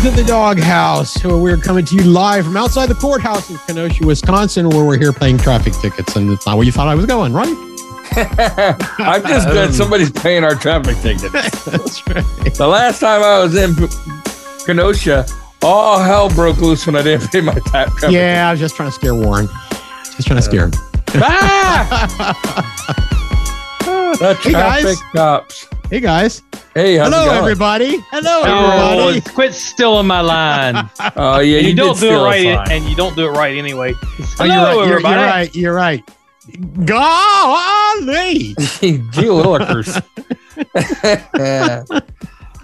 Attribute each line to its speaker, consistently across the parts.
Speaker 1: to the doghouse, where we're coming to you live from outside the courthouse in Kenosha, Wisconsin, where we're here playing traffic tickets. And it's not where you thought I was going, right?
Speaker 2: I'm just glad somebody's paying our traffic ticket.
Speaker 1: That's right.
Speaker 2: The last time I was in P- Kenosha, all hell broke loose when I didn't pay my ta- traffic.
Speaker 1: Yeah, I was just trying to scare Warren. Just trying to scare him.
Speaker 2: ticket. Ah! the traffic
Speaker 1: Hey, guys.
Speaker 2: cops.
Speaker 1: Hey, guys.
Speaker 2: Hey, how's
Speaker 1: Hello,
Speaker 2: it going?
Speaker 1: everybody. Hello,
Speaker 3: Oh,
Speaker 1: everybody.
Speaker 3: quit stealing my line.
Speaker 2: Oh yeah,
Speaker 3: and
Speaker 2: you,
Speaker 3: you, don't
Speaker 2: did
Speaker 3: do it
Speaker 2: steal a
Speaker 3: right,
Speaker 2: sign.
Speaker 3: and you don't do it right anyway.
Speaker 1: Oh,
Speaker 3: Hello,
Speaker 1: you're,
Speaker 3: everybody.
Speaker 1: right. You're, you're right. You're right. Golly.
Speaker 3: eh?
Speaker 2: Gee willikers.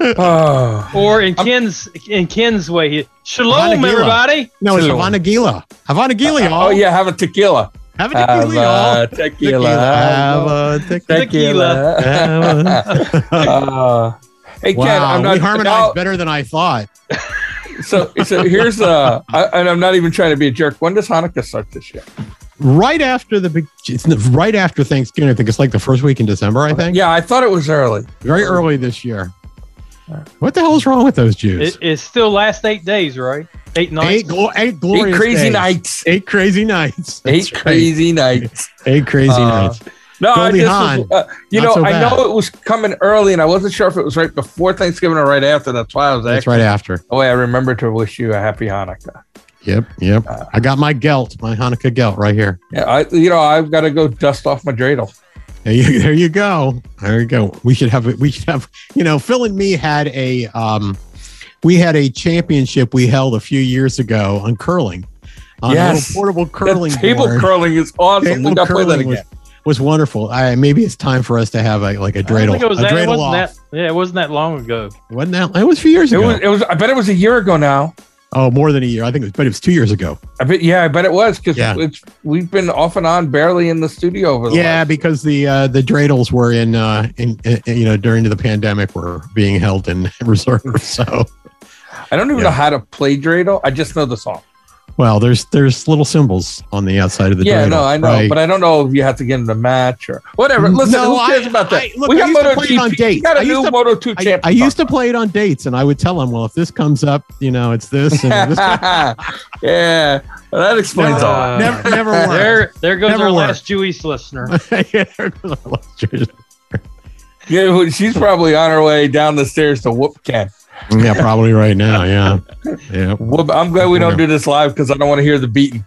Speaker 2: oh.
Speaker 3: Or in Ken's in Ken's way, he-
Speaker 1: Havana
Speaker 3: shalom,
Speaker 1: Gila.
Speaker 3: everybody.
Speaker 1: No, it's
Speaker 2: Hello.
Speaker 1: Havana Gila. Havana Gila, y'all.
Speaker 2: oh yeah, have a tequila.
Speaker 1: Havana
Speaker 2: Have
Speaker 1: Gila, y'all.
Speaker 2: a tequila.
Speaker 1: Have a tequila.
Speaker 3: Tequila.
Speaker 2: Uh, hey Ken,
Speaker 1: wow,
Speaker 2: I'm not
Speaker 1: we harmonized
Speaker 2: now-
Speaker 1: better than I thought.
Speaker 2: so so here's uh I, and I'm not even trying to be a jerk. When does Hanukkah start this year?
Speaker 1: Right after the big, it's n- right after Thanksgiving. I think it's like the first week in December. I think
Speaker 2: Yeah, I thought it was early.
Speaker 1: very early this year. What the hell's wrong with those Jews?
Speaker 3: It, it's still last eight days, right? Eight nights.
Speaker 1: eight, glo- eight glorious
Speaker 2: Eight crazy
Speaker 1: days.
Speaker 2: nights.
Speaker 1: Eight crazy nights.
Speaker 2: Eight
Speaker 1: That's right.
Speaker 2: crazy nights.
Speaker 1: Eight crazy
Speaker 2: Uh,
Speaker 1: nights.
Speaker 2: No, I
Speaker 1: Goldie
Speaker 2: just
Speaker 1: Hawn,
Speaker 2: was, uh, you know
Speaker 1: not so
Speaker 2: I
Speaker 1: bad.
Speaker 2: know it was coming early, and I wasn't sure if it was right before Thanksgiving or right after. That's why I was
Speaker 1: That's
Speaker 2: asking.
Speaker 1: right after.
Speaker 2: Oh, I remember to wish you a happy Hanukkah.
Speaker 1: Yep, yep.
Speaker 2: Uh,
Speaker 1: I got my gelt, my Hanukkah gelt right here.
Speaker 2: Yeah, I, you know I've got to go dust off my dreidel.
Speaker 1: There you, there you go. There you go. We should have we should have you know, Phil and me had a um we had a championship we held a few years ago on curling. On a
Speaker 2: Yes.
Speaker 1: little portable curling
Speaker 2: The table
Speaker 1: board.
Speaker 2: curling is awesome.
Speaker 1: Table
Speaker 2: we got to play that
Speaker 1: curling was,
Speaker 2: again.
Speaker 1: was wonderful. I, maybe it's time for us to have a like a
Speaker 3: I don't
Speaker 1: dreidel.
Speaker 3: think it was
Speaker 1: a
Speaker 3: that, it
Speaker 1: dreidel
Speaker 3: wasn't
Speaker 1: off.
Speaker 3: that. Yeah, it wasn't that long ago.
Speaker 1: Wasn't that? It was a few years
Speaker 2: It
Speaker 1: ago.
Speaker 2: was. It was. I bet it was a year ago now.
Speaker 1: oh, more than a year. I think it was, but it was two years ago.
Speaker 2: I bet. Yeah, I bet it was because
Speaker 1: Yeah.
Speaker 2: it's we've been off and on barely in the studio over the
Speaker 1: Yeah,
Speaker 2: last-
Speaker 1: because the uh, the dreidels were in, uh, in, in you know during the pandemic were being held in reserve. So
Speaker 2: I don't even
Speaker 1: Yeah.
Speaker 2: know how to play dreidel. I just know the song.
Speaker 1: well, there's there's little symbols on the outside of the
Speaker 2: yeah,
Speaker 1: dreidel,
Speaker 2: no, I know,
Speaker 1: right?
Speaker 2: but I don't know if you have to get in the match or whatever. Listen,
Speaker 1: No,
Speaker 2: who cares
Speaker 1: I-
Speaker 2: about that?
Speaker 1: I- look,
Speaker 2: we
Speaker 1: I
Speaker 2: got
Speaker 1: used to
Speaker 2: Moto
Speaker 1: play it on
Speaker 2: GP. We
Speaker 1: dates.
Speaker 2: got
Speaker 1: I
Speaker 2: a
Speaker 1: used
Speaker 2: new
Speaker 1: to-
Speaker 2: Moto Two
Speaker 1: I,
Speaker 2: champion.
Speaker 1: I used to play it on dates, and I would tell them, "Well, if this comes up, you know, it's this." And this
Speaker 2: yeah, well, that explains
Speaker 1: No,
Speaker 2: all.
Speaker 3: Uh,
Speaker 1: never, never worked.
Speaker 3: There, there goes
Speaker 1: Never
Speaker 3: our
Speaker 1: worked.
Speaker 3: last Jewish listener.
Speaker 1: Yeah, there goes our last Jewish-
Speaker 2: Yeah, well, she's probably on her way down the stairs to whoop Ken.
Speaker 1: yeah, probably right now. Yeah, yeah.
Speaker 2: Whoop. I'm glad we don't do this live because I don't want to hear the beating.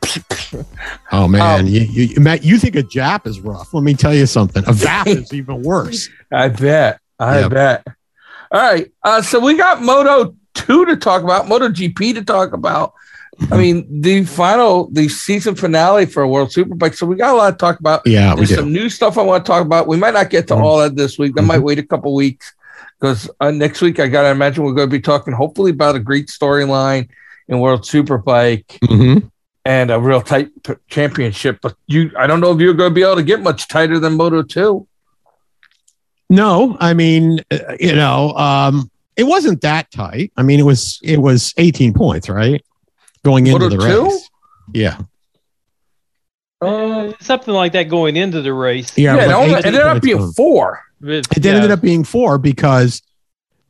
Speaker 1: Oh man,
Speaker 2: Um,
Speaker 1: you, you, Matt, you think a Jap is rough? Let me tell you something. A Vap is even worse.
Speaker 2: I bet. I
Speaker 1: Yep.
Speaker 2: bet. All right. Uh, so we got Moto 2 to talk about, Moto GP to talk about. I mean, the final, the season finale for World Superbike. So we got a lot to talk about.
Speaker 1: Yeah, we
Speaker 2: There's
Speaker 1: do.
Speaker 2: some new stuff I want to talk about. We might not get to
Speaker 1: Mhm.
Speaker 2: all that this week. I might wait a couple weeks because uh, next week, I got to imagine we're going to be talking hopefully about a great storyline in World Superbike
Speaker 1: hmm
Speaker 2: and a real tight p- championship. But you, I don't know if you're going to be able to get much tighter than Moto 2.
Speaker 1: No, I mean, uh, you know, um, it wasn't that tight. I mean, it was it was 18 points, right? Going into
Speaker 2: Moto
Speaker 1: the
Speaker 2: two?
Speaker 1: race. Yeah.
Speaker 3: Uh, something like that going into the race.
Speaker 1: Yeah,
Speaker 2: Yeah,
Speaker 1: but
Speaker 2: it, only, it
Speaker 1: 18
Speaker 2: ended up
Speaker 1: points
Speaker 2: being
Speaker 1: total.
Speaker 2: four.
Speaker 3: But-
Speaker 1: It
Speaker 3: yeah.
Speaker 1: ended up being four because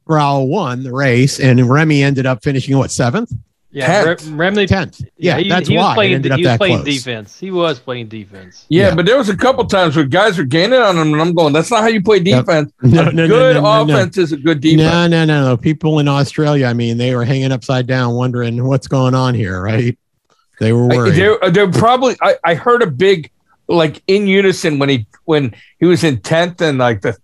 Speaker 1: Raul won the race and Remy ended up finishing what seventh?
Speaker 3: Yeah, Re-
Speaker 2: tenth.
Speaker 3: Remley.
Speaker 1: Tenth. Yeah,
Speaker 3: he,
Speaker 1: that's
Speaker 3: he was
Speaker 1: why
Speaker 3: Playing,
Speaker 1: it ended
Speaker 3: he
Speaker 1: up
Speaker 3: was
Speaker 1: that
Speaker 3: playing
Speaker 1: close.
Speaker 3: defense. He was playing defense.
Speaker 2: Yeah,
Speaker 1: Yeah.
Speaker 2: but there was a couple times where guys were gaining on him, and I'm going, "That's not how you play
Speaker 1: Yep.
Speaker 2: defense.
Speaker 1: No,
Speaker 2: a
Speaker 1: no, no,
Speaker 2: good
Speaker 1: no, no, no.
Speaker 2: offense is a good defense."
Speaker 1: No, no, no, no. People in Australia, I mean, they were hanging upside down, wondering what's going on here, right? They were
Speaker 2: I,
Speaker 1: worried.
Speaker 2: they're, they're probably. I, I heard a big like in unison when he when he was in tenth and like the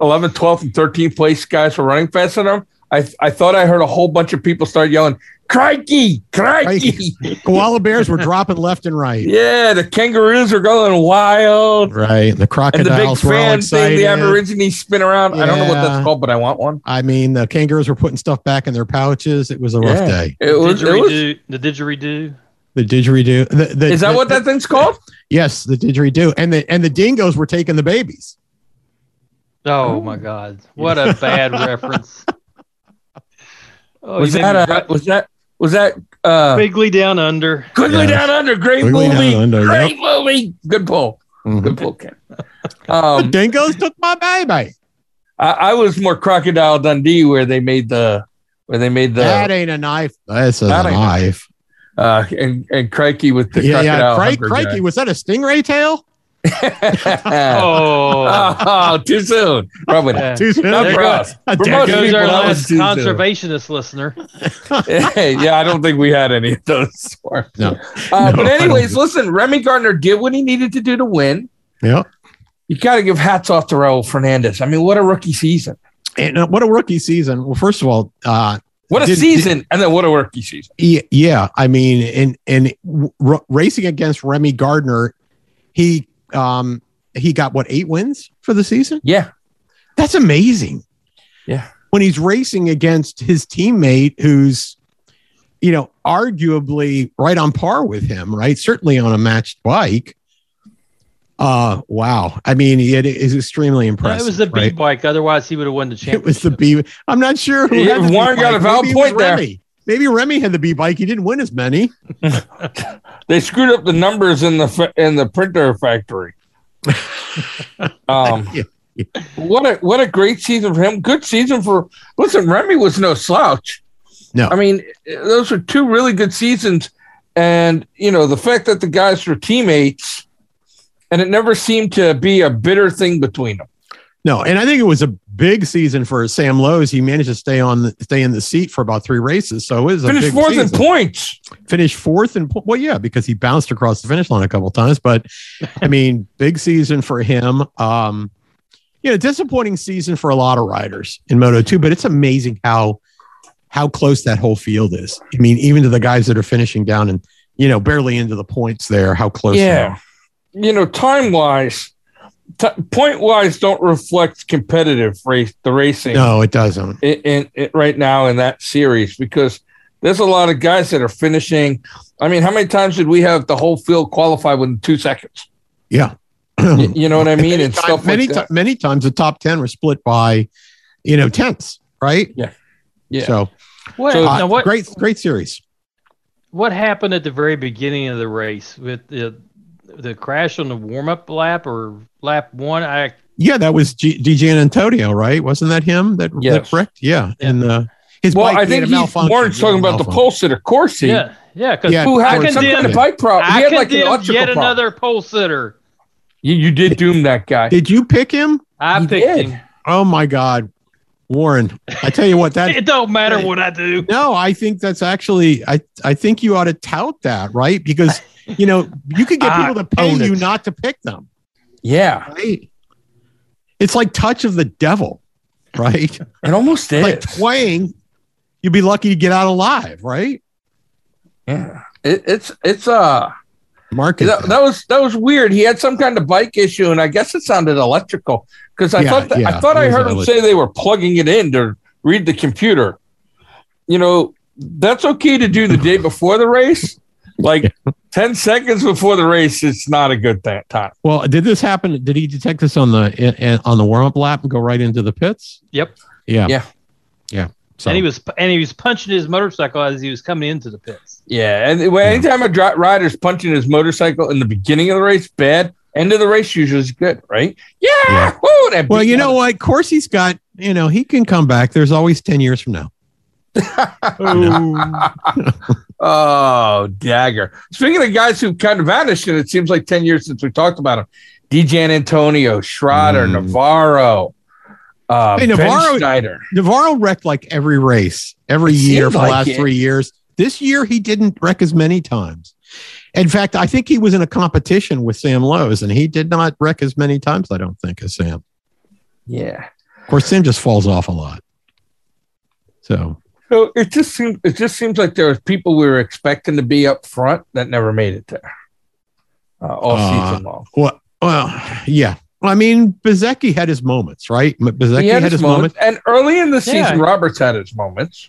Speaker 2: 11th, 12th, and 13th place guys were running faster than him. I I thought I heard a whole bunch of people start yelling, "Crikey, crikey!"
Speaker 1: Crikey. Koala bears were dropping left and right.
Speaker 2: yeah, the kangaroos are going wild.
Speaker 1: Right. The
Speaker 2: And the big
Speaker 1: crocodiles were all
Speaker 2: fan thing,
Speaker 1: excited.
Speaker 2: the Aborigine spin around. I don't know what
Speaker 1: Yeah.
Speaker 2: that's called, but I want one.
Speaker 1: I mean, the kangaroos were putting stuff back in their pouches. It was a rough
Speaker 2: Yeah.
Speaker 1: day.
Speaker 2: It was, it was
Speaker 3: didgeridoo, the didgeridoo.
Speaker 1: The didgeridoo. The, the,
Speaker 2: Is that
Speaker 1: the-
Speaker 2: what that thing's called?
Speaker 1: Yes, the didgeridoo, and the and the dingoes were taking the babies.
Speaker 3: Oh my God! What a bad reference. Oh,
Speaker 2: was
Speaker 3: you
Speaker 2: that
Speaker 3: made me
Speaker 2: uh,
Speaker 3: br-
Speaker 2: was that was that uh
Speaker 3: Bigley down under?
Speaker 2: Quigley
Speaker 1: Yeah.
Speaker 2: Down Under? Great
Speaker 1: Quigley Down
Speaker 2: movie.
Speaker 1: Under,
Speaker 2: great movie. Good pull. Good pull, Ken. Um,
Speaker 1: dingoes took Mm-hmm. my baby.
Speaker 2: I, I was more Crocodile Dundee where they made the where they made
Speaker 1: that
Speaker 2: the
Speaker 1: ain't a knife. That's a
Speaker 2: That ain't a-
Speaker 1: knife.
Speaker 2: uh, and and Crikey with the
Speaker 1: yeah, yeah.
Speaker 2: crocodile
Speaker 1: Crikey,
Speaker 2: hunter
Speaker 1: crikey, was that a stingray tail?
Speaker 2: guy.
Speaker 3: Oh,
Speaker 2: oh, too soon. Probably not.
Speaker 3: yeah.
Speaker 1: Too soon.
Speaker 2: Not
Speaker 3: There
Speaker 2: for
Speaker 3: goes-
Speaker 2: us.
Speaker 1: A
Speaker 2: For
Speaker 3: there
Speaker 2: most
Speaker 1: decade.
Speaker 3: goes
Speaker 2: people,
Speaker 3: our
Speaker 2: that was
Speaker 3: last
Speaker 2: too soon.
Speaker 3: conservationist listener.
Speaker 2: yeah, I don't think we had any of those. Sorry.
Speaker 1: No.
Speaker 2: Uh,
Speaker 1: No,
Speaker 2: but
Speaker 1: I
Speaker 2: anyways,
Speaker 1: don't.
Speaker 2: listen, Remy Gardner did what he needed to do to win.
Speaker 1: Yeah.
Speaker 2: You got to give hats off to Raul Fernandez. I mean, what a rookie season!
Speaker 1: And uh, what a rookie season. Well, first of all, uh,
Speaker 2: What a
Speaker 1: Did-
Speaker 2: season, and then what a rookie season.
Speaker 1: Yeah, yeah. I mean, and and w- r- racing against Remy Gardner, he um he got what eight wins for the season.
Speaker 2: Yeah,
Speaker 1: That's amazing.
Speaker 2: Yeah.
Speaker 1: When he's racing against his teammate, who's you know arguably right on par with him, right? Certainly on a matched bike. Uh wow. I mean, it is extremely
Speaker 3: No,
Speaker 1: impressive.
Speaker 3: it was the B
Speaker 1: right?
Speaker 3: bike. Otherwise, he would have won the championship.
Speaker 1: It was the B. I'm not sure who
Speaker 2: Yeah,
Speaker 1: had the B
Speaker 2: Warren got a
Speaker 1: bike.
Speaker 2: valid
Speaker 1: Maybe it was
Speaker 2: point there.
Speaker 1: Remy. Maybe Remy had the B bike. He didn't win as many.
Speaker 2: they screwed up the numbers in the fa- in the printer factory. um,
Speaker 1: Yeah.
Speaker 2: what a what a great season for him. Good season for listen. Remy was no slouch.
Speaker 1: No.
Speaker 2: I mean those are two really good seasons, and you know the fact that the guys were teammates, and it never seemed to be a bitter thing between them.
Speaker 1: No, and I think it was a big season for Sam Lowe's. He managed to stay on, the, stay in the seat for about three races. So it was a
Speaker 2: Finished
Speaker 1: big
Speaker 2: fourth in
Speaker 1: season.
Speaker 2: points.
Speaker 1: Finished fourth in po- well, yeah, because he bounced across the finish line a couple times. But I mean, big season for him. Um, you know, disappointing season for a lot of riders in Moto Two, but it's amazing how how close that whole field is. I mean, even to the guys that are finishing down and you know barely into the points there, how close? they
Speaker 2: Yeah.
Speaker 1: are.
Speaker 2: You know, time wise, t- point wise, don't reflect competitive race the racing.
Speaker 1: No, it doesn't.
Speaker 2: in, in, in- right now in that series because there's a lot of guys that are finishing. I mean, how many times did we have the whole field qualify within two seconds?
Speaker 1: Yeah. Hmm.
Speaker 2: Y- You, know what I mean? And
Speaker 1: Time-
Speaker 2: stuff
Speaker 1: many
Speaker 2: like that.
Speaker 1: ti- many times the top 10 were split by you know tenths right
Speaker 2: Yeah.
Speaker 1: so
Speaker 3: What,
Speaker 2: So-
Speaker 1: uh,
Speaker 3: now what,
Speaker 1: great great series
Speaker 3: what happened at the very beginning of the race with the the crash on the warm up lap or lap one? I
Speaker 1: yeah that was G- dj antonio right wasn't that him that,
Speaker 2: Yes.
Speaker 1: that wrecked yeah,
Speaker 3: Yeah.
Speaker 1: and uh his
Speaker 2: well,
Speaker 1: bike
Speaker 2: I
Speaker 1: made
Speaker 2: think
Speaker 1: a
Speaker 2: he's,
Speaker 1: malfunction.
Speaker 2: Warren's
Speaker 1: Yeah,
Speaker 2: talking about the
Speaker 1: malfunction.
Speaker 2: pulse at a Corsi.
Speaker 3: yeah yeah because
Speaker 1: Yeah,
Speaker 2: Who
Speaker 1: of
Speaker 2: had
Speaker 1: course.
Speaker 2: some kind of
Speaker 1: condemn-
Speaker 2: bike problem? He
Speaker 3: I
Speaker 2: had like an
Speaker 3: condemned
Speaker 2: electrical
Speaker 3: yet
Speaker 2: problem.
Speaker 3: another pole sitter.
Speaker 2: You, you did doom that guy.
Speaker 1: did you pick him
Speaker 3: I
Speaker 2: You
Speaker 3: picked
Speaker 2: did.
Speaker 3: him.
Speaker 1: oh my god warren i tell you what that
Speaker 3: It don't matter what I do.
Speaker 1: no i think that's actually i i think you ought to tout that right because you know you could get
Speaker 2: Ah,
Speaker 3: I
Speaker 1: people to pay
Speaker 3: own
Speaker 1: you
Speaker 3: it.
Speaker 1: not to pick them
Speaker 2: yeah,
Speaker 1: right it's like touch of the devil right
Speaker 2: it almost did.
Speaker 1: like twang, you'd be lucky to get out alive, right?
Speaker 2: yeah. It, it's it's uh
Speaker 1: Market.
Speaker 2: that, that was that was weird. He had some kind of bike issue, and I guess it sounded electrical because I
Speaker 1: Yeah,
Speaker 2: thought that, I
Speaker 1: yeah,
Speaker 2: thought
Speaker 1: it
Speaker 2: I
Speaker 1: was
Speaker 2: heard him
Speaker 1: elec-
Speaker 2: say they were plugging it in to read the computer. You know, that's okay to do the day before the race. Like ten seconds before the race, it's not a good that time.
Speaker 1: well, did this happen? Did he detect this on the in, in- on the warm up lap and go right into the pits?
Speaker 3: Yep.
Speaker 1: Yeah.
Speaker 2: Yeah.
Speaker 1: Yeah. So
Speaker 3: And he was and he was punching his motorcycle as he was coming into the pits.
Speaker 2: Yeah, and when
Speaker 1: Yeah.
Speaker 2: anytime a dri- rider's punching his motorcycle in the beginning of the race, bad. End of the race usually is good, right? Yeah.
Speaker 1: Yeah.
Speaker 2: Woo, that
Speaker 1: well,
Speaker 2: beat
Speaker 1: you
Speaker 2: one.
Speaker 1: know what? Corsi's got you know he can come back. There's always ten years from now. Oh.
Speaker 2: Oh, dagger. Speaking of guys who kind of vanished, and it seems like 10 years since we talked about him DJ Antonio, Schroeder,
Speaker 1: Mm.
Speaker 2: Navarro, uh,
Speaker 1: Hey,
Speaker 2: Navarro,
Speaker 1: Navarro-
Speaker 2: ben Schneider.
Speaker 1: Navarro wrecked like every race every
Speaker 2: It
Speaker 1: year
Speaker 2: seems
Speaker 1: for the
Speaker 2: like
Speaker 1: last
Speaker 2: it.
Speaker 1: three years. This year he didn't wreck as many times. In fact, I think he was in a competition with Sam Lowe's, and he did not wreck as many times. I don't think as Sam.
Speaker 2: Yeah.
Speaker 1: Of course, Sam just falls off a lot. So
Speaker 2: So it just seems it just seems like there was people we were expecting to be up front that never made it there uh, all
Speaker 1: Uh,
Speaker 2: season long.
Speaker 1: well, well, yeah. I mean, Bezecchi had his moments, right? M- Bezecchi
Speaker 2: He
Speaker 1: had, his moments
Speaker 2: and early in the
Speaker 3: Yeah.
Speaker 2: season, Roberts had his moments.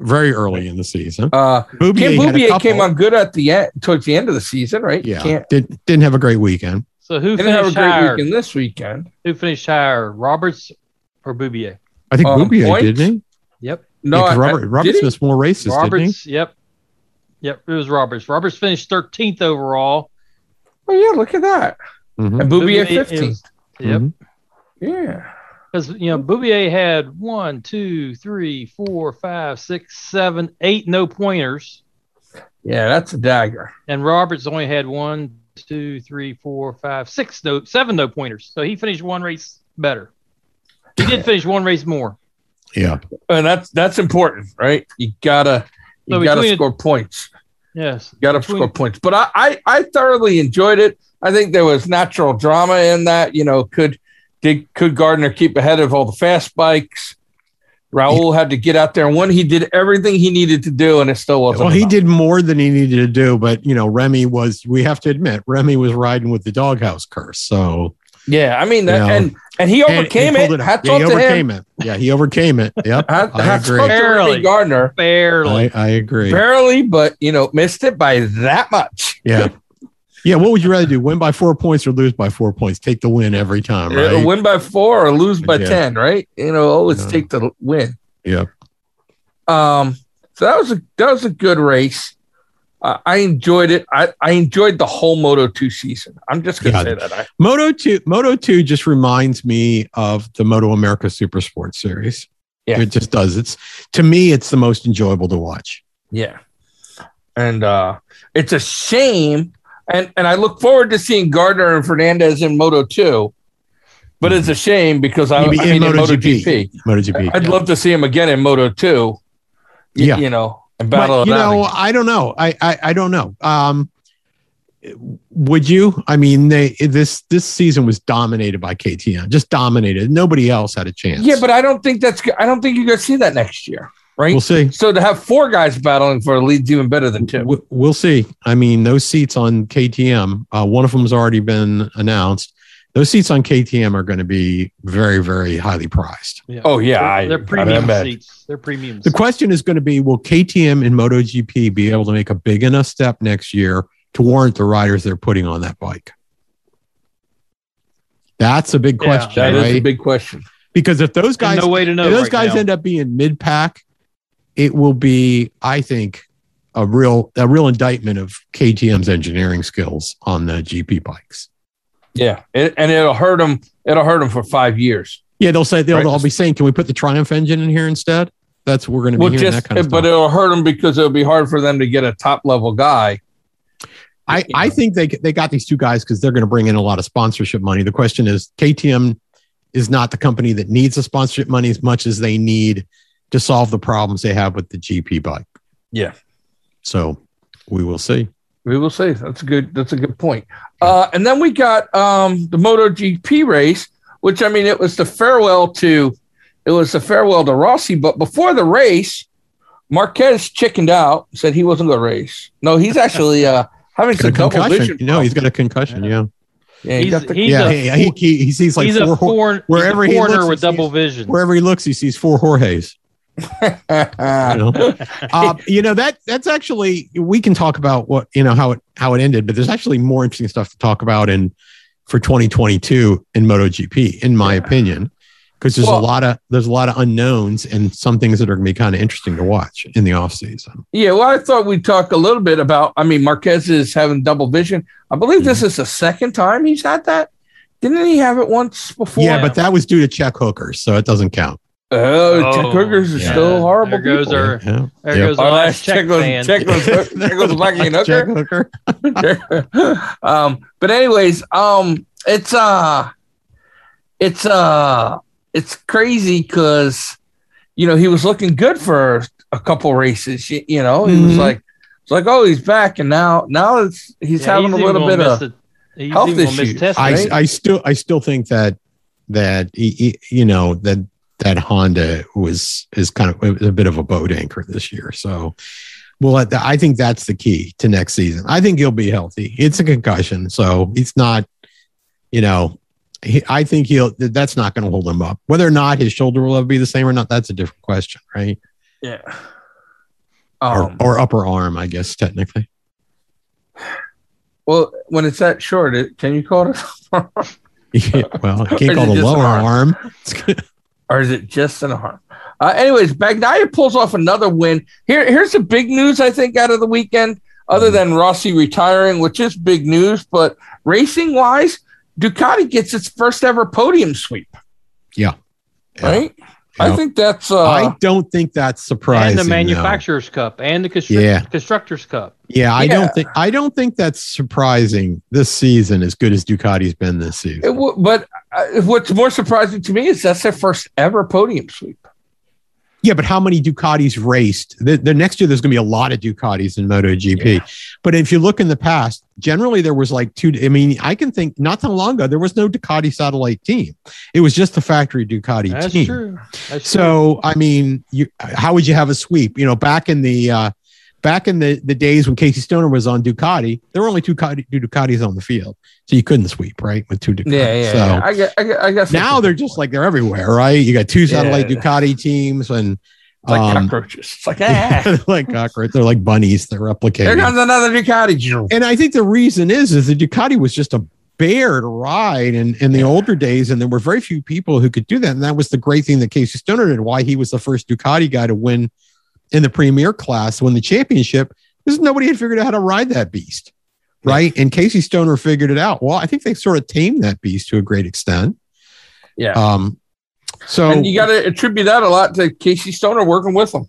Speaker 1: very early in the season.
Speaker 2: Uh,
Speaker 1: Boubier,
Speaker 2: Kim
Speaker 1: had a
Speaker 2: Boubier
Speaker 1: couple.
Speaker 2: came on good at the end towards the end of the season, right?
Speaker 1: Yeah,
Speaker 2: Can't,
Speaker 1: didn't didn't have a great weekend.
Speaker 3: So who
Speaker 2: didn't have a
Speaker 3: finished
Speaker 2: great
Speaker 3: higher?
Speaker 2: weekend this weekend.
Speaker 3: Who finished higher? Roberts or Boubier?
Speaker 1: I think
Speaker 2: Um,
Speaker 1: Boubier
Speaker 2: points?
Speaker 1: didn't he?
Speaker 3: Yep.
Speaker 2: No,
Speaker 1: yeah,
Speaker 2: I-
Speaker 1: 'cause
Speaker 2: I-
Speaker 1: Robert,
Speaker 2: did
Speaker 1: Roberts
Speaker 2: he?
Speaker 1: missed more races, didn't
Speaker 3: Roberts. Yep. Yep. It was Roberts. Roberts finished 13th overall.
Speaker 2: Oh yeah, look at that.
Speaker 1: he? Mhm.
Speaker 2: And Boubier
Speaker 1: Mm-hmm.
Speaker 3: Boubier is-
Speaker 2: 15th.
Speaker 3: Yep.
Speaker 1: Mhm.
Speaker 2: Yeah.
Speaker 3: because you know Bouvier had one, two, three, four, five, six, seven, eight no pointers,
Speaker 2: Yeah, that's a dagger.
Speaker 3: and Roberts only had one, two, three, four, five, six no, seven no pointers. So he finished one race better. He did finish one race more.
Speaker 1: Yeah.
Speaker 2: And that's that's important, right? You gotta you
Speaker 3: So
Speaker 2: gotta
Speaker 3: between the-
Speaker 2: score points.
Speaker 3: Yes,
Speaker 2: You gotta
Speaker 3: Between-
Speaker 2: score points. But I, I I thoroughly enjoyed it. I think there was natural drama in that. You know, could did could Gardner keep ahead of all the fast bikes? Raul had to get out there and one. He did everything he needed to do, and it still wasn't.
Speaker 1: Well, he
Speaker 2: enough.
Speaker 1: did more than he needed to do, but you know, Remy was. We have to admit, Remy was riding with the doghouse curse. So
Speaker 2: Yeah, I mean, that,
Speaker 1: Yeah.
Speaker 2: and and he
Speaker 1: And
Speaker 2: overcame
Speaker 1: he
Speaker 2: it.
Speaker 1: pulled off.
Speaker 2: Hats
Speaker 1: Yeah,
Speaker 2: off
Speaker 1: he
Speaker 2: to him.
Speaker 1: overcame it. Yeah, he overcame it. Yep,
Speaker 2: Hat-
Speaker 1: I
Speaker 2: Hats
Speaker 1: agree.
Speaker 2: off to Remy
Speaker 3: Barely.
Speaker 2: Gardner.
Speaker 3: barely.
Speaker 1: I, I agree.
Speaker 2: Barely, but you know, missed it by that much.
Speaker 1: Yeah, yeah. What would you rather do? Win by four points or lose by four points? Take the win every time,
Speaker 2: Uh,
Speaker 1: right?
Speaker 2: Win by four or lose by
Speaker 1: Yeah.
Speaker 2: ten, right? You know, always
Speaker 1: Yeah.
Speaker 2: take the win.
Speaker 1: Yeah.
Speaker 2: Um. So that was a that was a good race. I I enjoyed it. I, I enjoyed the whole Moto two season. I'm just gonna
Speaker 1: Yeah.
Speaker 2: say that. I,
Speaker 1: Moto two. Moto two just reminds me of the Moto America Super Sports Series.
Speaker 2: Yeah.
Speaker 1: It just does. It's to me, it's the most enjoyable to watch.
Speaker 2: yeah. And uh, it's a shame. And and I look forward to seeing Gardner and Fernandez in Moto two. But it's a shame because I, I
Speaker 1: Maybe Mm-hmm. in
Speaker 2: mean in Moto
Speaker 1: MotoGP.
Speaker 2: GP.
Speaker 1: MotoGP.
Speaker 2: I'd
Speaker 1: yeah.
Speaker 2: love to see him again in Moto two. Y-
Speaker 1: Yeah.
Speaker 2: You know, and
Speaker 1: But,
Speaker 2: battle it
Speaker 1: you
Speaker 2: out
Speaker 1: know
Speaker 2: again.
Speaker 1: i don't know I, I i don't know um would you i mean they this this season was dominated by ktm just dominated nobody else had a chance
Speaker 2: Yeah, but I don't think that's. go- I don't think you're going to see that next year, right?
Speaker 1: we'll see
Speaker 2: so to have four guys battling for a lead's even better than two.
Speaker 1: We- we'll see i mean those seats on ktm uh, one of them has already been announced those seats on ktm are going to be very very highly priced
Speaker 3: Yeah.
Speaker 2: Oh yeah, I,
Speaker 3: they're
Speaker 2: I
Speaker 3: premium
Speaker 2: bet.
Speaker 3: seats. They're premium.
Speaker 1: the
Speaker 3: Seats.
Speaker 1: question is going to be will ktm and MotoGP be able to make a big enough step next year to warrant the riders they're putting on that bike that's a big
Speaker 3: Yeah.
Speaker 1: question
Speaker 2: That is
Speaker 1: right?
Speaker 2: a big question.
Speaker 1: because if those guys
Speaker 3: no way to know.
Speaker 1: if those
Speaker 3: right
Speaker 1: guys
Speaker 3: now.
Speaker 1: end up being mid pack, it will be, I think, a real a real indictment of KTM's engineering skills on the GP bikes.
Speaker 2: Yeah, it, and it'll hurt them. It'll hurt them for five years.
Speaker 1: Yeah, they'll say they'll
Speaker 2: Right.
Speaker 1: all be saying, "Can we put the Triumph engine in here instead?" That's what we're going to be
Speaker 2: Well,
Speaker 1: hearing
Speaker 2: just
Speaker 1: that kind of
Speaker 2: but
Speaker 1: stuff.
Speaker 2: it'll hurt them because it'll be hard for them to get a top level guy.
Speaker 1: I, I think they they got these two guys because they're going to bring in a lot of sponsorship money. The question is, KTM is not the company that needs the sponsorship money as much as they need to solve the problems they have with the GP bike.
Speaker 2: Yeah.
Speaker 1: So we will see.
Speaker 2: We will see. That's a good. That's a good point. Uh, and then we got um, the MotoGP race, which I mean, it was the farewell to, it was the farewell to Rossi. But before the race, Marquez chickened out, said he wasn't going to race. No, he's actually uh, having
Speaker 1: Got a
Speaker 2: some double
Speaker 1: concussion.
Speaker 2: vision.
Speaker 1: No, he's got a concussion. Yeah.
Speaker 2: yeah, he
Speaker 3: he's,
Speaker 2: got the-
Speaker 3: he's
Speaker 1: yeah,
Speaker 3: a
Speaker 1: he, he, he, he sees like
Speaker 3: he's
Speaker 1: four,
Speaker 3: a
Speaker 1: Jor-
Speaker 3: foreign,
Speaker 1: wherever
Speaker 3: he's
Speaker 1: he
Speaker 3: a foreigner
Speaker 1: looks,
Speaker 3: with
Speaker 1: he sees-
Speaker 3: double vision.
Speaker 1: wherever he looks, he sees four Jorge's. You know, uh, you know that that's actually we can talk about what you know how it how it ended, but there's actually more interesting stuff to talk about in for 2022 in MotoGP, in my opinion, because there's
Speaker 2: Well-
Speaker 1: a lot of there's a lot of unknowns and some things that are going to be kind of interesting to watch in the off season.
Speaker 2: yeah. Well, I thought we'd talk a little bit about. I mean, Marquez is having double vision. I believe this
Speaker 1: Mm-hmm.
Speaker 2: is the second time he's had that. Didn't he have it once before?
Speaker 1: Yeah, but that was due to check hookers, so it doesn't count.
Speaker 2: Oh, check hookers are
Speaker 1: yeah.
Speaker 2: still horrible.
Speaker 3: There goes
Speaker 2: people.
Speaker 3: our-
Speaker 1: Yeah.
Speaker 3: there
Speaker 1: Yeah.
Speaker 3: goes
Speaker 2: Our
Speaker 3: our
Speaker 2: last
Speaker 3: last
Speaker 2: check
Speaker 3: check
Speaker 2: goes-
Speaker 3: fan.
Speaker 2: check goes- there goes Blackie and
Speaker 1: Check
Speaker 2: Hooker.
Speaker 1: hooker.
Speaker 2: um, but anyways, um, it's uh, it's uh, it's crazy because you know he was looking good for a couple races. You, you know, he was
Speaker 1: Mhm.
Speaker 2: like, it's like oh he's back, and now now it's he's
Speaker 3: Yeah,
Speaker 2: having a
Speaker 3: even
Speaker 2: little
Speaker 3: gonna
Speaker 2: bit of
Speaker 3: miss a- he's
Speaker 2: health
Speaker 3: even gonna
Speaker 2: issues.
Speaker 3: miss testing.
Speaker 1: I,
Speaker 2: right?
Speaker 1: I still I still think that that y- y- you know that that Honda was is kind of a bit of a boat anchor this year. So well, let that- I think that's the key to next season. I think he'll be healthy. It's a concussion, so it's not you know. He, I think he'll. th- That's not going to hold him up. Whether or not his shoulder will ever be the same or not, that's a different question, right?
Speaker 2: yeah.
Speaker 1: Or,
Speaker 2: Um,
Speaker 1: or upper arm, I guess technically.
Speaker 2: well, when it's that short, it, can you call it,
Speaker 1: Yeah, well, you
Speaker 2: Or
Speaker 1: can't
Speaker 2: is
Speaker 1: call the
Speaker 2: it just an
Speaker 1: lower
Speaker 2: arm?
Speaker 1: arm.
Speaker 2: or is it just an arm? Uh, anyways, Bagnaia pulls off another win. Here, here's the big news I think out of the weekend, other
Speaker 1: Mm-hmm.
Speaker 2: than Rossi retiring, which is big news. But racing wise, Ducati gets its first ever podium sweep.
Speaker 1: Yeah. Yeah.
Speaker 2: right?
Speaker 1: Yeah.
Speaker 2: I think that's uh,
Speaker 1: I don't think that's surprising.
Speaker 3: and the
Speaker 1: though.
Speaker 3: manufacturer's cup and the constru-
Speaker 1: Yeah.
Speaker 3: constructor's cup.
Speaker 1: Yeah, I
Speaker 2: Yeah.
Speaker 1: don't think I don't think that's surprising this season as good as Ducati's been this
Speaker 2: It
Speaker 1: season.
Speaker 2: w- but uh, what's more surprising to me is that's their first ever podium sweep.
Speaker 1: Yeah, but how many Ducatis raced? The, the next year there's going to be a lot of Ducatis in MotoGP. But if you look in the past, generally there was like two I mean, I can think not that long ago there was no Ducati satellite team. It was just the factory Ducati
Speaker 3: That's
Speaker 1: team.
Speaker 3: true. That's true.
Speaker 1: So I mean, you how would you have a sweep? You know, back in the uh, back in the, the days when Casey Stoner was on Ducati, there were only two Ducati, two Ducatis on the field, so you couldn't sweep right with two Ducatis.
Speaker 2: Yeah, yeah.
Speaker 1: so
Speaker 2: yeah. I, gue- I, gue- I guess
Speaker 1: now they're just like they're everywhere, right? You got two satellite
Speaker 2: Yeah.
Speaker 1: Ducati teams and
Speaker 2: It's like
Speaker 1: um,
Speaker 2: cockroaches. It's like ah,
Speaker 1: like cockroach. They're like bunnies. They're
Speaker 2: there
Speaker 1: replicating.
Speaker 2: comes another Ducati.
Speaker 1: and I think the reason is is the Ducati was just a bear to ride in, in the older days, and there were very few people who could do that. And that was the great thing that Casey Stoner did, why he was the first Ducati guy to win in the premier class, win the championship, because nobody had figured out how to ride that beast. Right. And Casey Stoner figured it out. Well, I think they sort of tamed that beast to a great extent.
Speaker 2: Yeah.
Speaker 1: Um so
Speaker 2: and you got to attribute that a lot to Casey Stoner working with them,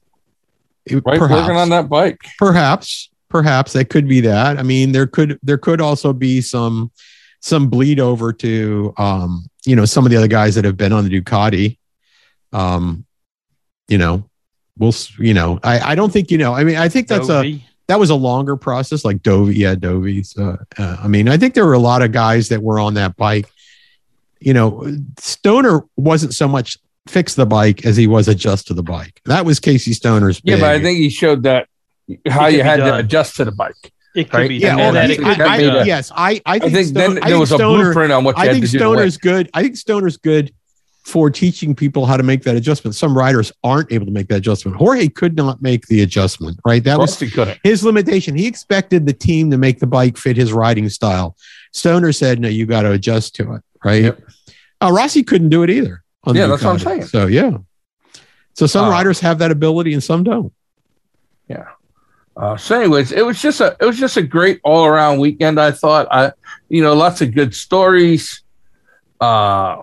Speaker 1: it-
Speaker 2: right?
Speaker 1: perhaps-
Speaker 2: Working on that bike.
Speaker 1: perhaps perhaps that could be that i mean there could there could also be some some bleed over to um you know some of the other guys that have been on the ducati um you know we'll s- you know i i don't think you know i mean i think that's a
Speaker 3: Dovey.
Speaker 1: that was a longer process like dovey yeah dovey's uh, uh, i mean i think there were a lot of guys that were on that bike you know stoner wasn't so much fix the bike as he was adjust to the bike that was casey stoner's
Speaker 2: Yeah, but I
Speaker 1: big-
Speaker 2: think he showed that how
Speaker 3: It could
Speaker 2: you
Speaker 3: be
Speaker 2: had to
Speaker 3: done.
Speaker 2: adjust to the bike.
Speaker 3: It could
Speaker 2: Right?
Speaker 3: be.
Speaker 1: yeah,
Speaker 3: done.
Speaker 1: well,
Speaker 3: That
Speaker 2: I
Speaker 1: he-
Speaker 3: it
Speaker 2: think
Speaker 3: could
Speaker 2: that
Speaker 1: I-
Speaker 3: be
Speaker 2: made
Speaker 1: I-
Speaker 3: done.
Speaker 2: a-
Speaker 1: yes, I, I
Speaker 2: I
Speaker 1: think,
Speaker 2: think
Speaker 1: Stoner,
Speaker 2: then
Speaker 1: I
Speaker 2: there
Speaker 1: think
Speaker 2: was a
Speaker 1: Stoner,
Speaker 2: blueprint on what you
Speaker 1: I
Speaker 2: had
Speaker 1: think
Speaker 2: to do. to win.
Speaker 1: Stoner's good. I think Stoner's good for teaching people how to make that adjustment. Some riders aren't able to make that adjustment. Jorge could not make the adjustment, right? That was
Speaker 2: Rusty couldn't.
Speaker 1: his limitation. He expected the team to make the bike fit his riding style. Stoner said, "No, you got to adjust to it." Right?
Speaker 2: Yep.
Speaker 1: Uh, Rossi couldn't do it either. on the
Speaker 2: Yeah, that's what I'm
Speaker 1: Ducati.
Speaker 2: saying.
Speaker 1: So yeah, so some
Speaker 2: Uh,
Speaker 1: riders have that ability and some don't.
Speaker 2: Uh, so, anyways, it was just a it was just a great all around weekend. I thought I, you know, lots of good stories. Uh,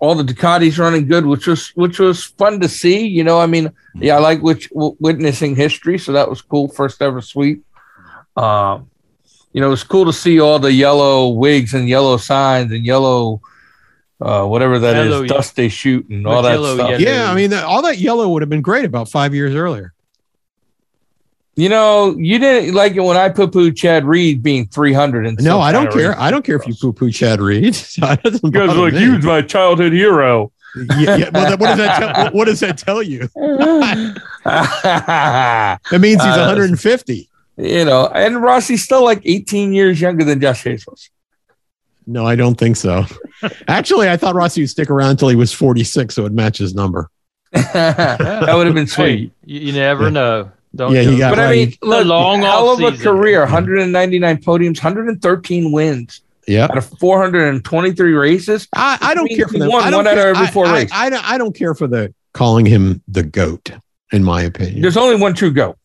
Speaker 2: all the Ducatis running good, which was which was fun to see. You know, I mean,
Speaker 3: Mm-hmm.
Speaker 2: yeah, I like which w- witnessing history, so that was cool. First ever sweep. Um, you know, it was cool to see all the yellow wigs and yellow signs and yellow, uh, whatever that is,
Speaker 3: Yellow, yeah.
Speaker 2: dust they shoot and all that
Speaker 3: Yellow,
Speaker 2: stuff.
Speaker 3: yeah.
Speaker 1: Yeah, I mean, that, all that yellow would have been great about five years earlier.
Speaker 2: You know, you didn't like it when I poo poo Chad Reed being 300 and
Speaker 1: No, I don't care. I don't care if you poo poo Chad Reed. That doesn't bother me.
Speaker 2: my childhood hero.
Speaker 1: yeah, yeah, well, then what, does that tell, what- what does that tell you?
Speaker 2: you
Speaker 1: It means he's
Speaker 2: Uh,
Speaker 1: 150.
Speaker 2: know, and Rossi's still like 18 years younger than Josh Hazels.
Speaker 1: No, I don't think so. Actually, I thought Rossi would stick around until he was 46, so it would match his number.
Speaker 2: that would have been sweet.
Speaker 3: Hey, you, you never
Speaker 1: Yeah.
Speaker 3: know. Don't
Speaker 1: Yeah, he
Speaker 3: you?
Speaker 1: got-
Speaker 2: but I mean,
Speaker 1: like-
Speaker 2: look,
Speaker 3: A long
Speaker 2: hell of a
Speaker 3: off-season.
Speaker 2: career 199 podiums, 113 wins
Speaker 1: Yeah,
Speaker 2: out of 423 races.
Speaker 1: I, I don't
Speaker 2: means
Speaker 1: care for
Speaker 2: he
Speaker 1: the.
Speaker 2: won
Speaker 1: I don't
Speaker 2: one out of
Speaker 1: care-
Speaker 2: every four
Speaker 1: I, I-
Speaker 2: races.
Speaker 1: I don't- I don't care for the calling him the goat. In my opinion,
Speaker 2: There's only one true go.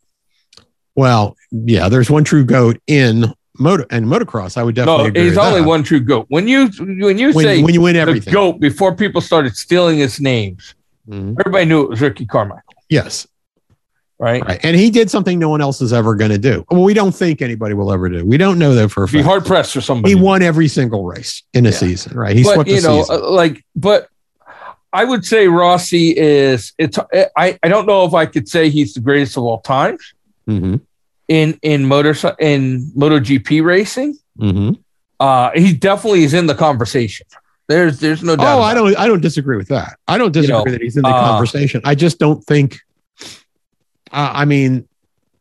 Speaker 1: well, yeah, there's one true goat in moto and motocross. I would
Speaker 2: No,
Speaker 1: definitely agree.
Speaker 2: he's
Speaker 1: with
Speaker 2: only
Speaker 1: that.
Speaker 2: one true goat. When you when you say
Speaker 1: when, when you win
Speaker 2: the
Speaker 1: everything.
Speaker 2: goat before people started stealing his names.
Speaker 1: Mhm.
Speaker 2: Everybody knew it was Ricky Carmichael,
Speaker 1: Yes,
Speaker 2: right?
Speaker 1: Right. And he did something no one else is ever going to do. Well, we don't think anybody will ever do. We don't know that for a
Speaker 2: Be
Speaker 1: fact.
Speaker 2: hard pressed for somebody.
Speaker 1: He won every single race in a
Speaker 2: Yeah.
Speaker 1: season, right? He
Speaker 2: but
Speaker 1: swept
Speaker 2: you
Speaker 1: the
Speaker 2: know,
Speaker 1: season.
Speaker 2: uh, like, but I would say Rossi is. It's. I. I don't know if I could say he's the greatest of all time
Speaker 1: Mhm.
Speaker 2: in in motor in MotoGP racing.
Speaker 1: Mhm.
Speaker 2: Uh, he definitely is in the conversation. There's there's no doubt.
Speaker 1: Oh,
Speaker 2: about
Speaker 1: I
Speaker 2: it.
Speaker 1: don't. I don't disagree with that. I don't disagree
Speaker 2: know,
Speaker 1: that he's in the
Speaker 2: uh,
Speaker 1: conversation. I just don't think. Uh, I mean,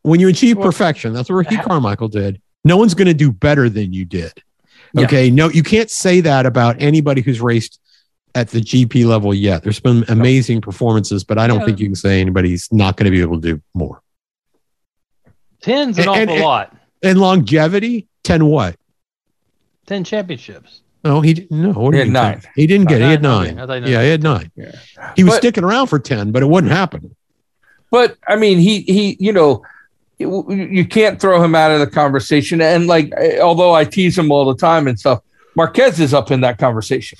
Speaker 1: when you achieve
Speaker 3: Well-
Speaker 1: perfection, that's what Ricky Carmichael did. No one's going to do better than you did.
Speaker 2: Yeah.
Speaker 1: Okay. No, you can't say that about anybody who's raced at the GP level yet. There's been amazing performances, but I don't
Speaker 3: Yeah.
Speaker 1: think you can say anybody's not going to be able to do more.
Speaker 3: Ten's an
Speaker 1: And-
Speaker 3: awful
Speaker 1: and- and-
Speaker 3: lot.
Speaker 1: And longevity, ten what?
Speaker 3: Ten championships.
Speaker 1: No, he didn't. No, what do
Speaker 2: He
Speaker 1: you
Speaker 2: had
Speaker 1: mean
Speaker 2: nine.
Speaker 1: 10? He didn't
Speaker 3: Oh,
Speaker 1: get. it. He had
Speaker 3: nine, okay.
Speaker 1: nine.
Speaker 3: I thought he had
Speaker 1: Yeah, he had nine.
Speaker 2: Yeah.
Speaker 1: He was
Speaker 2: But-
Speaker 1: sticking around for ten, but it wouldn't happen.
Speaker 2: but I mean, he he, you know, you you can't throw him out of the conversation. And like, although I tease him all the time and stuff, Marquez is up in that conversation.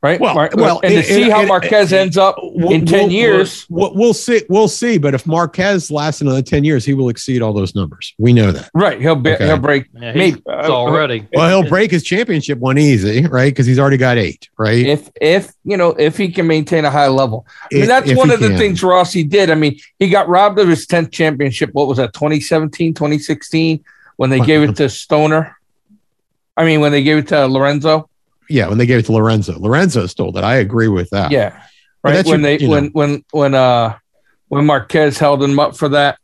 Speaker 2: right?
Speaker 1: Well,
Speaker 2: Mar-
Speaker 1: well,
Speaker 2: and to
Speaker 1: it-
Speaker 2: see
Speaker 1: it-
Speaker 2: how
Speaker 1: it-
Speaker 2: Marquez ends up in 10 years.
Speaker 1: We'll, we'll see. We'll see. But if Marquez lasts another 10 years, he will exceed all those numbers. We know that.
Speaker 2: Right, he'll be,
Speaker 1: Okay.
Speaker 2: he'll break.
Speaker 3: Yeah, he's,
Speaker 2: Maybe uh,
Speaker 3: it's already.
Speaker 1: Well, he'll break his championship one easy, right? Because he's already got eight, right?
Speaker 2: if if you know if he can maintain a high level. I mean,
Speaker 1: If-
Speaker 2: that's
Speaker 1: if
Speaker 2: one
Speaker 1: he
Speaker 2: of the
Speaker 1: can.
Speaker 2: things Rossi did. I mean, he got robbed of his 10th championship. What was that, 2017, 2016, when they
Speaker 1: Wow.
Speaker 2: gave it to Stoner? I mean, when they gave it to Lorenzo?
Speaker 1: Yeah, when they gave it to Lorenzo, Lorenzo stole that. I agree with that.
Speaker 2: Yeah.
Speaker 1: But
Speaker 2: Right.
Speaker 1: that's
Speaker 2: When
Speaker 1: your-
Speaker 2: they
Speaker 1: you know.
Speaker 2: when when when uh when Marquez held him up for that.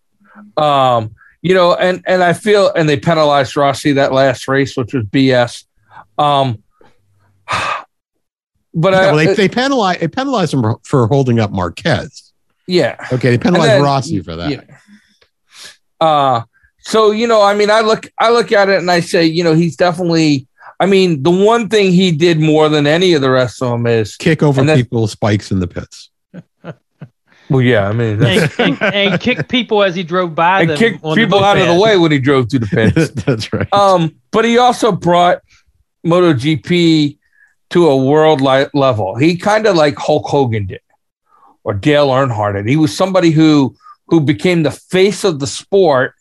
Speaker 2: Um, you know, and and I feel and they penalized Rossi that last race, which was BS. Um but
Speaker 1: Yeah,
Speaker 2: uh, I,
Speaker 1: well, they, they penalized they penalized him for holding up Marquez.
Speaker 2: yeah.
Speaker 1: Okay, they penalized
Speaker 2: then-
Speaker 1: Rossi for that.
Speaker 2: Yeah. Uh so you know, I mean, I look I look at it and I say, you know, he's definitely I mean, the one thing he did more than any of the rest of them is
Speaker 1: Kick over
Speaker 2: And that's-
Speaker 1: people, spikes in the pits.
Speaker 2: well, yeah, I mean, that's,
Speaker 3: And, and, and kick people as he drove by
Speaker 2: and
Speaker 3: them.
Speaker 2: kicked
Speaker 3: on the
Speaker 2: people out of the
Speaker 3: moped.
Speaker 2: way when he drove through the pits.
Speaker 1: that's right.
Speaker 2: um, but he also brought MotoGP to a world li- level. He kind of like Hulk Hogan did, or Dale Earnhardt did. He was somebody who who became the face of the sport.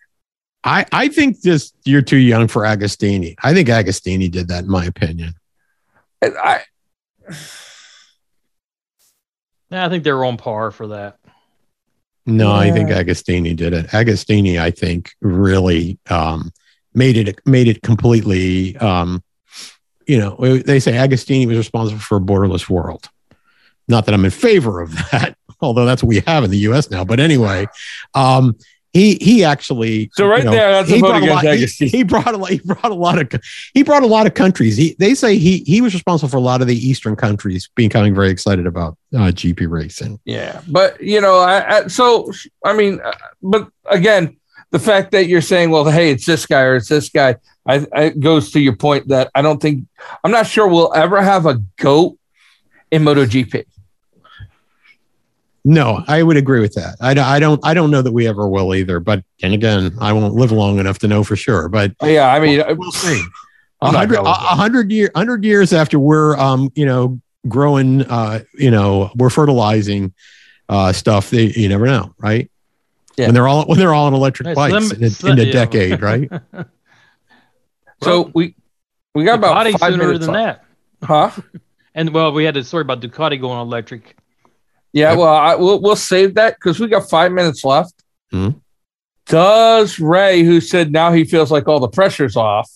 Speaker 1: I, I think this you're too young for Agostini. I think Agostini did that, in my opinion.
Speaker 2: And I,
Speaker 3: Yeah, I think they're on par for that.
Speaker 1: No, I think
Speaker 2: Yeah.
Speaker 1: Agostini did it. Agostini, I think, really um, made it made it completely. Um, you know, they say Agostini was responsible for a borderless world. Not that I'm in favor of that, although that's what we have in the U.S. now. But anyway, um, he he actually
Speaker 2: so right
Speaker 1: you know,
Speaker 2: there, that's a
Speaker 1: he
Speaker 2: vote
Speaker 1: brought a
Speaker 2: against
Speaker 1: lot. He,
Speaker 2: Agostini.
Speaker 1: he brought a lot. He brought a lot of. co- He brought a lot of countries. He they say he he was responsible for a lot of the eastern countries becoming very excited about uh, GP racing.
Speaker 2: Yeah, but you know, I, I so I mean, uh, but again, the fact that you're saying, well, hey, it's this guy or it's this guy, I, I it goes to your point that I don't think I'm not sure we'll ever have a goat in MotoGP.
Speaker 1: No, I would agree with that. I, d- I don't I don't know that we ever will either. But and again, I won't live long enough to know for sure. But
Speaker 2: Yeah, I mean, uh,
Speaker 1: we'll see. A
Speaker 2: I'm not
Speaker 1: hundred a
Speaker 2: going with
Speaker 1: a hundred year hundred years after we're um you know growing uh you know we're fertilizing uh stuff they, you never know right
Speaker 2: Yeah.
Speaker 1: when they're all when they're all on electric
Speaker 3: It's
Speaker 1: bikes
Speaker 3: lim-
Speaker 1: in
Speaker 3: it's
Speaker 1: a, in a
Speaker 3: li- yeah.
Speaker 1: decade right
Speaker 2: so we we got about
Speaker 3: Ducati
Speaker 2: five
Speaker 3: sooner
Speaker 2: minutes
Speaker 3: than
Speaker 2: left.
Speaker 3: that.
Speaker 2: huh?
Speaker 3: And well, we had a story about Ducati going electric.
Speaker 2: Yeah,
Speaker 1: Yep.
Speaker 2: well, I, we'll we'll save that because we got five minutes left.
Speaker 1: Mhm.
Speaker 2: Does Ray, who said now he feels like all the pressure's off,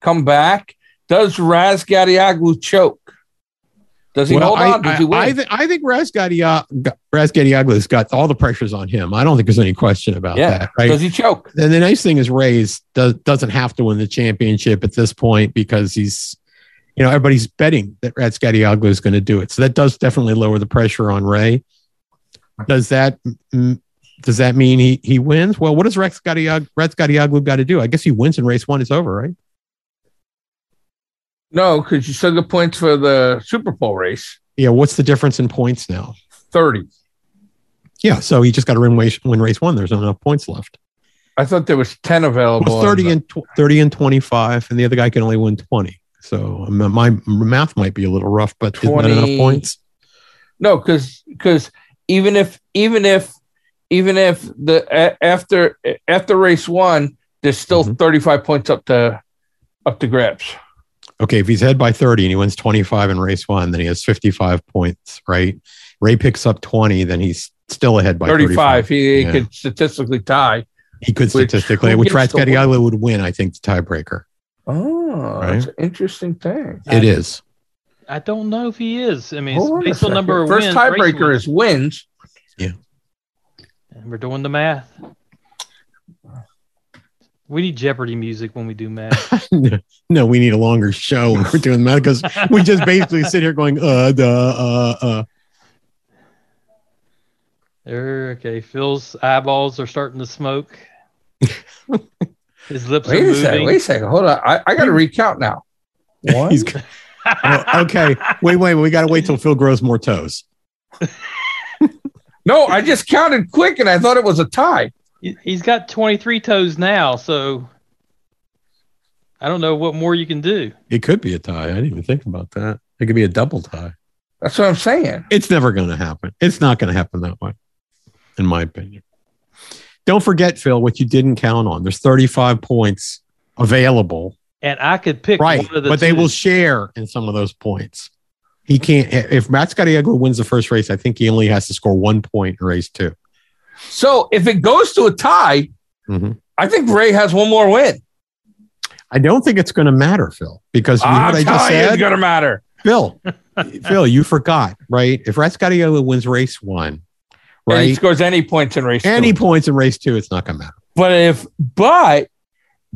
Speaker 2: come back? Does Raz Gadiaglu choke? Does he
Speaker 1: well,
Speaker 2: hold
Speaker 1: I,
Speaker 2: on? Does he win?
Speaker 1: I, I, th- I think Razgadiagla's got all the pressures on him. I don't think there's any question about
Speaker 2: Yeah.
Speaker 1: that. Right?
Speaker 2: Does he choke?
Speaker 1: And the nice thing is Ray's does, doesn't have to win the championship at this point because he's, you know, everybody's betting that Ratsgadiaglu is going to do it. So that does definitely lower the pressure on Ray. Does that mm, does that mean he he wins? Well, what does Rex Ratsgadiaglu got to do? I guess he wins in race one. It's over, right?
Speaker 2: No, because you still get points for the Super Bowl race.
Speaker 1: Yeah. What's the difference in points now?
Speaker 2: Thirty.
Speaker 1: Yeah. So he just got to win race, win race one. There's not enough points left.
Speaker 2: I thought there was ten available.
Speaker 1: Well, thirty
Speaker 2: in
Speaker 1: and tw- thirty and twenty five, and the other guy can only win twenty. So um, my math might be a little rough, but isn't that enough
Speaker 2: 20.
Speaker 1: points?
Speaker 2: No, because because even if even if even if the a- after after race one, there's still
Speaker 1: Mhm.
Speaker 2: 35 points up to up to grabs.
Speaker 1: okay, if he's ahead by 30 and he wins 25 in race one, then he has 55 points, right? Ray picks up 20, then he's still ahead by
Speaker 2: 35.
Speaker 1: 35.
Speaker 2: He,
Speaker 1: Yeah.
Speaker 2: could statistically tie.
Speaker 1: He could
Speaker 2: Which-
Speaker 1: statistically,
Speaker 2: who
Speaker 1: which
Speaker 2: gets the
Speaker 1: Ratsgadiaglu would win, I think, the tiebreaker.
Speaker 2: Oh,
Speaker 1: Right.
Speaker 2: that's an interesting thing.
Speaker 3: I-
Speaker 1: It is.
Speaker 3: I don't know if he is. I mean, it's
Speaker 2: Hold on a
Speaker 3: based on
Speaker 2: second.
Speaker 3: number of
Speaker 2: First
Speaker 3: wins. race
Speaker 2: tiebreaker
Speaker 3: wins.
Speaker 2: is wins.
Speaker 3: And We're doing the math. We need Jeopardy music when we do math.
Speaker 1: no, we need a longer show when we're doing that because we just basically sit here going, uh, duh, uh, uh.
Speaker 3: There, Er, okay, Phil's eyeballs are starting to smoke. His lips
Speaker 2: Wait a
Speaker 3: are moving.
Speaker 2: second. Wait a second. Hold on. I, I got to recount now. One.
Speaker 1: He's, oh, okay, wait, wait, we got to wait till Phil grows more toes.
Speaker 2: no, I just counted quick and I thought it was a tie.
Speaker 3: He- He's got 23 toes now, so I don't know what more you can do.
Speaker 1: It could be a tie. I didn't even think about that. It could be a double tie.
Speaker 2: That's what I'm saying.
Speaker 1: It's never going to happen. It's not going to happen that way, in my opinion. Don't forget, Phil, what you didn't count on. There's 35 points available,
Speaker 3: And I could pick
Speaker 1: right?
Speaker 3: one of the
Speaker 1: But they
Speaker 3: two.
Speaker 1: will share in some of those points. He can't. If Matt Scottiego wins the first race, I think he only has to score one point in race 2
Speaker 2: So if it goes to a tie,
Speaker 1: Mhm.
Speaker 2: I think Ray has one more win.
Speaker 1: I don't think it's going to matter, Phil, because you know
Speaker 2: I'm
Speaker 1: what I
Speaker 2: telling
Speaker 1: just
Speaker 2: you,
Speaker 1: said.
Speaker 2: it's gonna matter.
Speaker 1: Phil, Phil, you forgot, right? If Rascadiola wins race one,
Speaker 2: And he
Speaker 1: right?
Speaker 2: scores any points in race.
Speaker 1: Any
Speaker 2: two.
Speaker 1: points in race two, it's not going to matter.
Speaker 2: But if but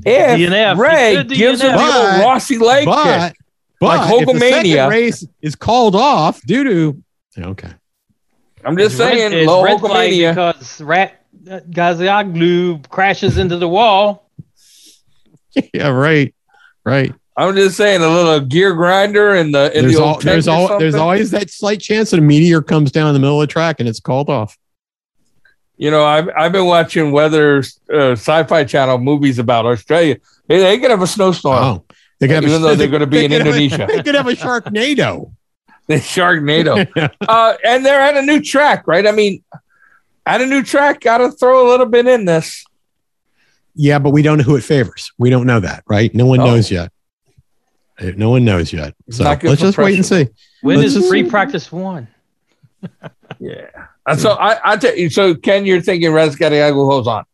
Speaker 2: if
Speaker 3: DNF, he
Speaker 2: Ray
Speaker 3: could
Speaker 2: gives it the
Speaker 3: DNF.
Speaker 2: old
Speaker 1: But-
Speaker 2: Rossi leg kick,
Speaker 1: But, but
Speaker 2: Like
Speaker 1: if the second
Speaker 2: Hulkamania.
Speaker 1: race is called off due to okay.
Speaker 2: I'm just
Speaker 3: It's red-
Speaker 2: saying,
Speaker 3: it's
Speaker 2: low
Speaker 3: red flag
Speaker 2: Hulkamania.
Speaker 3: because Rat uh, Gazioglu crashes into the wall.
Speaker 1: yeah, right, right.
Speaker 2: I'm just saying, a little gear grinder and the in
Speaker 1: there's
Speaker 2: the
Speaker 1: all,
Speaker 2: old tank
Speaker 1: there's
Speaker 2: or
Speaker 1: all, there's
Speaker 2: something.
Speaker 1: always that slight chance that a meteor comes down in the middle of the track and it's called off.
Speaker 2: You know, I've, I've been watching weather uh, sci-fi channel movies about Australia. They, they could have a snowstorm,
Speaker 1: Oh, they could have
Speaker 2: even
Speaker 1: a,
Speaker 2: though they're going to be
Speaker 1: they
Speaker 2: in
Speaker 1: could have a-
Speaker 2: Indonesia.
Speaker 1: they could have a Sharknado.
Speaker 2: the Sharknado, uh, and they're at a new track, right? I mean, at a new track, got to throw a little bit in this.
Speaker 1: Yeah, but we don't know who it favors. We don't know that, right? No one
Speaker 2: Oh.
Speaker 1: knows yet. Uh, No one knows yet. So let's
Speaker 2: Not good for
Speaker 1: just wait and see.
Speaker 3: When
Speaker 1: Let's
Speaker 3: is
Speaker 1: just-
Speaker 3: free practice one?
Speaker 2: Yeah. And so I, I tell you, so Ken, you're thinking Raz Gadiago holds on.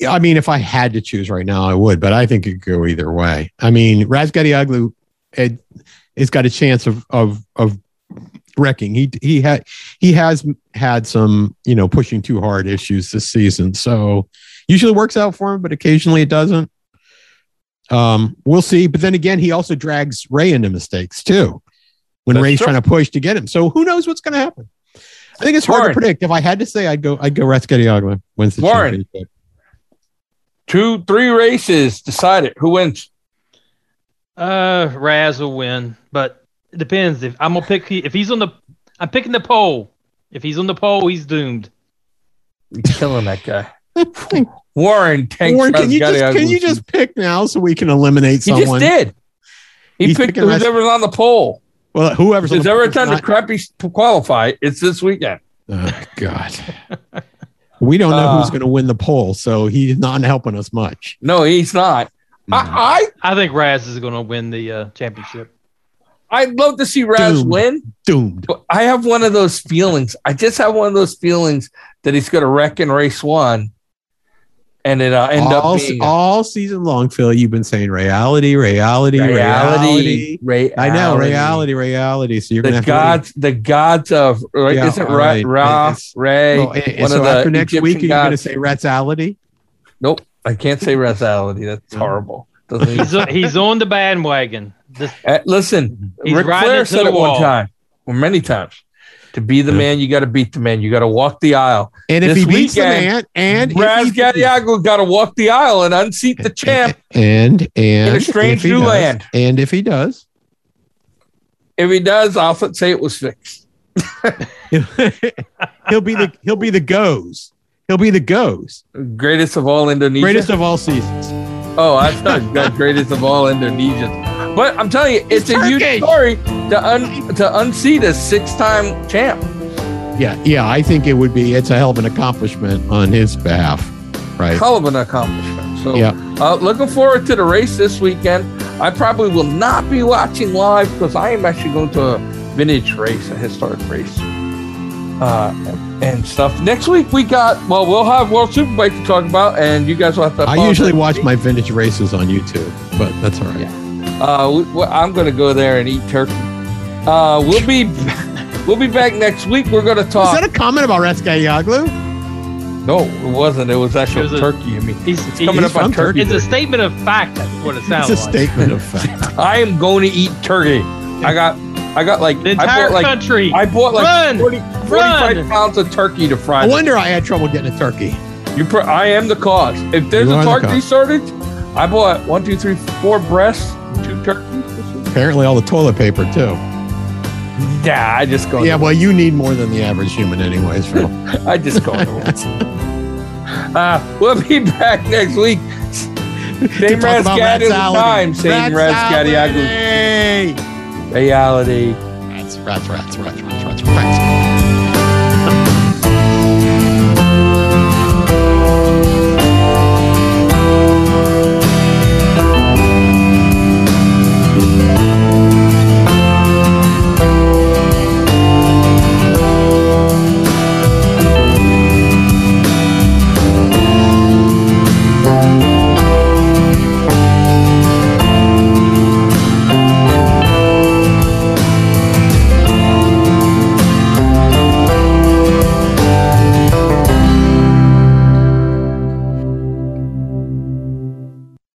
Speaker 1: Yeah, I mean, if I had to choose right now, I would, but I think it could go either way. I mean, Razgadioglu it, it's got a chance of of of wrecking. He he had he has had some you know pushing too hard issues this season, so usually works out for him, but occasionally it doesn't. Um, we'll see. But then again, he also drags Ray into mistakes too when
Speaker 2: That's
Speaker 1: Ray's
Speaker 2: true.
Speaker 1: trying to push to get him. So who knows what's going to happen? I think it's hard
Speaker 2: Warren.
Speaker 1: to predict. If I had to say, I'd go I'd go Razgadioglu wins the
Speaker 2: Warren.
Speaker 1: championship.
Speaker 2: Two, three races decided who wins.
Speaker 3: Uh, Raz will win, but it depends. If I'm gonna pick, he- if he's on the, I'm picking the pole. If he's on the pole, he's doomed.
Speaker 2: You're killing that guy. Warren tanks.
Speaker 1: Warren, can you
Speaker 2: Razgadioglu.
Speaker 1: just can you just pick now so we can eliminate
Speaker 2: He
Speaker 1: someone?
Speaker 2: just did. He
Speaker 1: He's
Speaker 2: picked
Speaker 1: picking Raz-
Speaker 2: whoever's on the poll.
Speaker 1: Well, whoever's on
Speaker 2: There's
Speaker 1: the-
Speaker 2: every time the crappy s- qualify, it's this weekend.
Speaker 1: oh, God. We don't know
Speaker 2: Uh.
Speaker 1: who's going to win the poll, so he's not helping us much.
Speaker 2: No, he's not. I,
Speaker 3: I think Raz is gonna win the uh, championship.
Speaker 2: I I'd love to see Raz
Speaker 1: Doomed.
Speaker 2: win,
Speaker 1: Doomed.
Speaker 2: but I have one of those feelings. I just have one of those feelings that he's going to wreck in race one, and it uh, end
Speaker 1: all,
Speaker 2: up being
Speaker 1: all season long, Phil, you've been saying reality, reality,
Speaker 2: reality,
Speaker 1: reality.
Speaker 2: reality.
Speaker 1: I know reality, reality. So you're going to
Speaker 2: The
Speaker 1: have to. wait.
Speaker 2: gods, the gods of right,
Speaker 1: Yeah,
Speaker 2: isn't
Speaker 1: all
Speaker 2: Ra,
Speaker 1: right.
Speaker 2: Ra
Speaker 1: It's-
Speaker 2: Ray?
Speaker 1: Well, and- and
Speaker 2: one
Speaker 1: so
Speaker 2: of the
Speaker 1: after next
Speaker 2: Egyptian
Speaker 1: week, are you going to
Speaker 2: gods.
Speaker 1: say ratsality?
Speaker 2: Nope, I can't say rasality.
Speaker 1: Mm-hmm.
Speaker 2: That's horrible. Doesn't even-
Speaker 3: He's on, he's on the bandwagon. This,
Speaker 2: Uh, listen,
Speaker 3: He's
Speaker 2: Ric
Speaker 3: riding
Speaker 2: Flair
Speaker 3: it to
Speaker 2: said
Speaker 3: the
Speaker 2: it one
Speaker 3: wall.
Speaker 2: time, or many times. To be the
Speaker 1: Yeah.
Speaker 2: man, you got to beat the man. You got to walk the aisle.
Speaker 1: And if
Speaker 2: This
Speaker 1: he beats the
Speaker 2: weekend,
Speaker 1: man, and if
Speaker 2: Raz
Speaker 1: he beats-
Speaker 2: Gadiago got to walk the aisle and unseat the champ
Speaker 1: and and
Speaker 2: In a strange
Speaker 1: if he
Speaker 2: new
Speaker 1: does-
Speaker 2: land.
Speaker 1: and if he does,
Speaker 2: if he does. I'll say it was fixed.
Speaker 1: he'll be the he'll be the goes. He'll be the goes.
Speaker 2: Greatest of all Indonesia.
Speaker 1: Greatest of all seasons.
Speaker 2: Oh, I thought you got greatest of all Indonesians. But I'm telling you, it's a huge
Speaker 1: Turkish.
Speaker 2: story to un- to unseat a six-time champ.
Speaker 1: Yeah, yeah. I think it would be. It's a hell of an accomplishment on his behalf, right?
Speaker 2: Hell of an accomplishment. So,
Speaker 1: Yeah.
Speaker 2: uh, looking forward to the race this weekend. I probably will not be watching live because I am actually going to a vintage race, a historic race, uh, and stuff. Next week we got well, we'll have World Superbike to talk about, and you guys will have to.
Speaker 1: I
Speaker 2: apologize
Speaker 1: usually
Speaker 2: to
Speaker 1: watch
Speaker 2: me.
Speaker 1: my vintage races on YouTube, but that's all right.
Speaker 2: Uh, we, we- I'm going to go there and eat turkey. Uh, we'll be we'll be back next week. We're going to
Speaker 1: Is
Speaker 2: talk.
Speaker 1: that a comment about Rascayaglu?
Speaker 2: no, it wasn't. It was actually
Speaker 3: It was a-
Speaker 2: turkey. I mean,
Speaker 3: he's, he's
Speaker 2: coming up on
Speaker 1: from
Speaker 2: turkey.
Speaker 1: Turkey.
Speaker 3: It's a statement of fact. That's what it
Speaker 1: It's
Speaker 3: sounds
Speaker 1: a
Speaker 3: like.
Speaker 1: statement of fact.
Speaker 2: I am going to eat turkey. I got I got like
Speaker 3: The
Speaker 2: I
Speaker 3: entire
Speaker 2: bought like
Speaker 3: country.
Speaker 2: I bought like
Speaker 3: Run!
Speaker 2: 40, 45
Speaker 3: Run!
Speaker 2: pounds of turkey to fry.
Speaker 1: I
Speaker 2: this.
Speaker 1: wonder I had trouble getting a turkey.
Speaker 2: You pr- I am the cause. If there's
Speaker 1: You
Speaker 2: a
Speaker 1: are the
Speaker 2: turkey
Speaker 1: cause.
Speaker 2: shortage, I bought one, two, three, four breasts, two turkeys.
Speaker 1: Apparently, all the toilet paper too.
Speaker 2: Yeah, I just go.
Speaker 1: Yeah, well, you need more than the average human, anyways. Phil.
Speaker 2: I just go. uh, we'll be back next week. Same
Speaker 1: To talk about
Speaker 2: Rascadiago
Speaker 1: Ratsality.
Speaker 2: time. Same Rascadiago
Speaker 1: Ratsality!
Speaker 2: reality.
Speaker 1: Ratsality. rats, rats, rats, rats, rats, rats, rats. rats.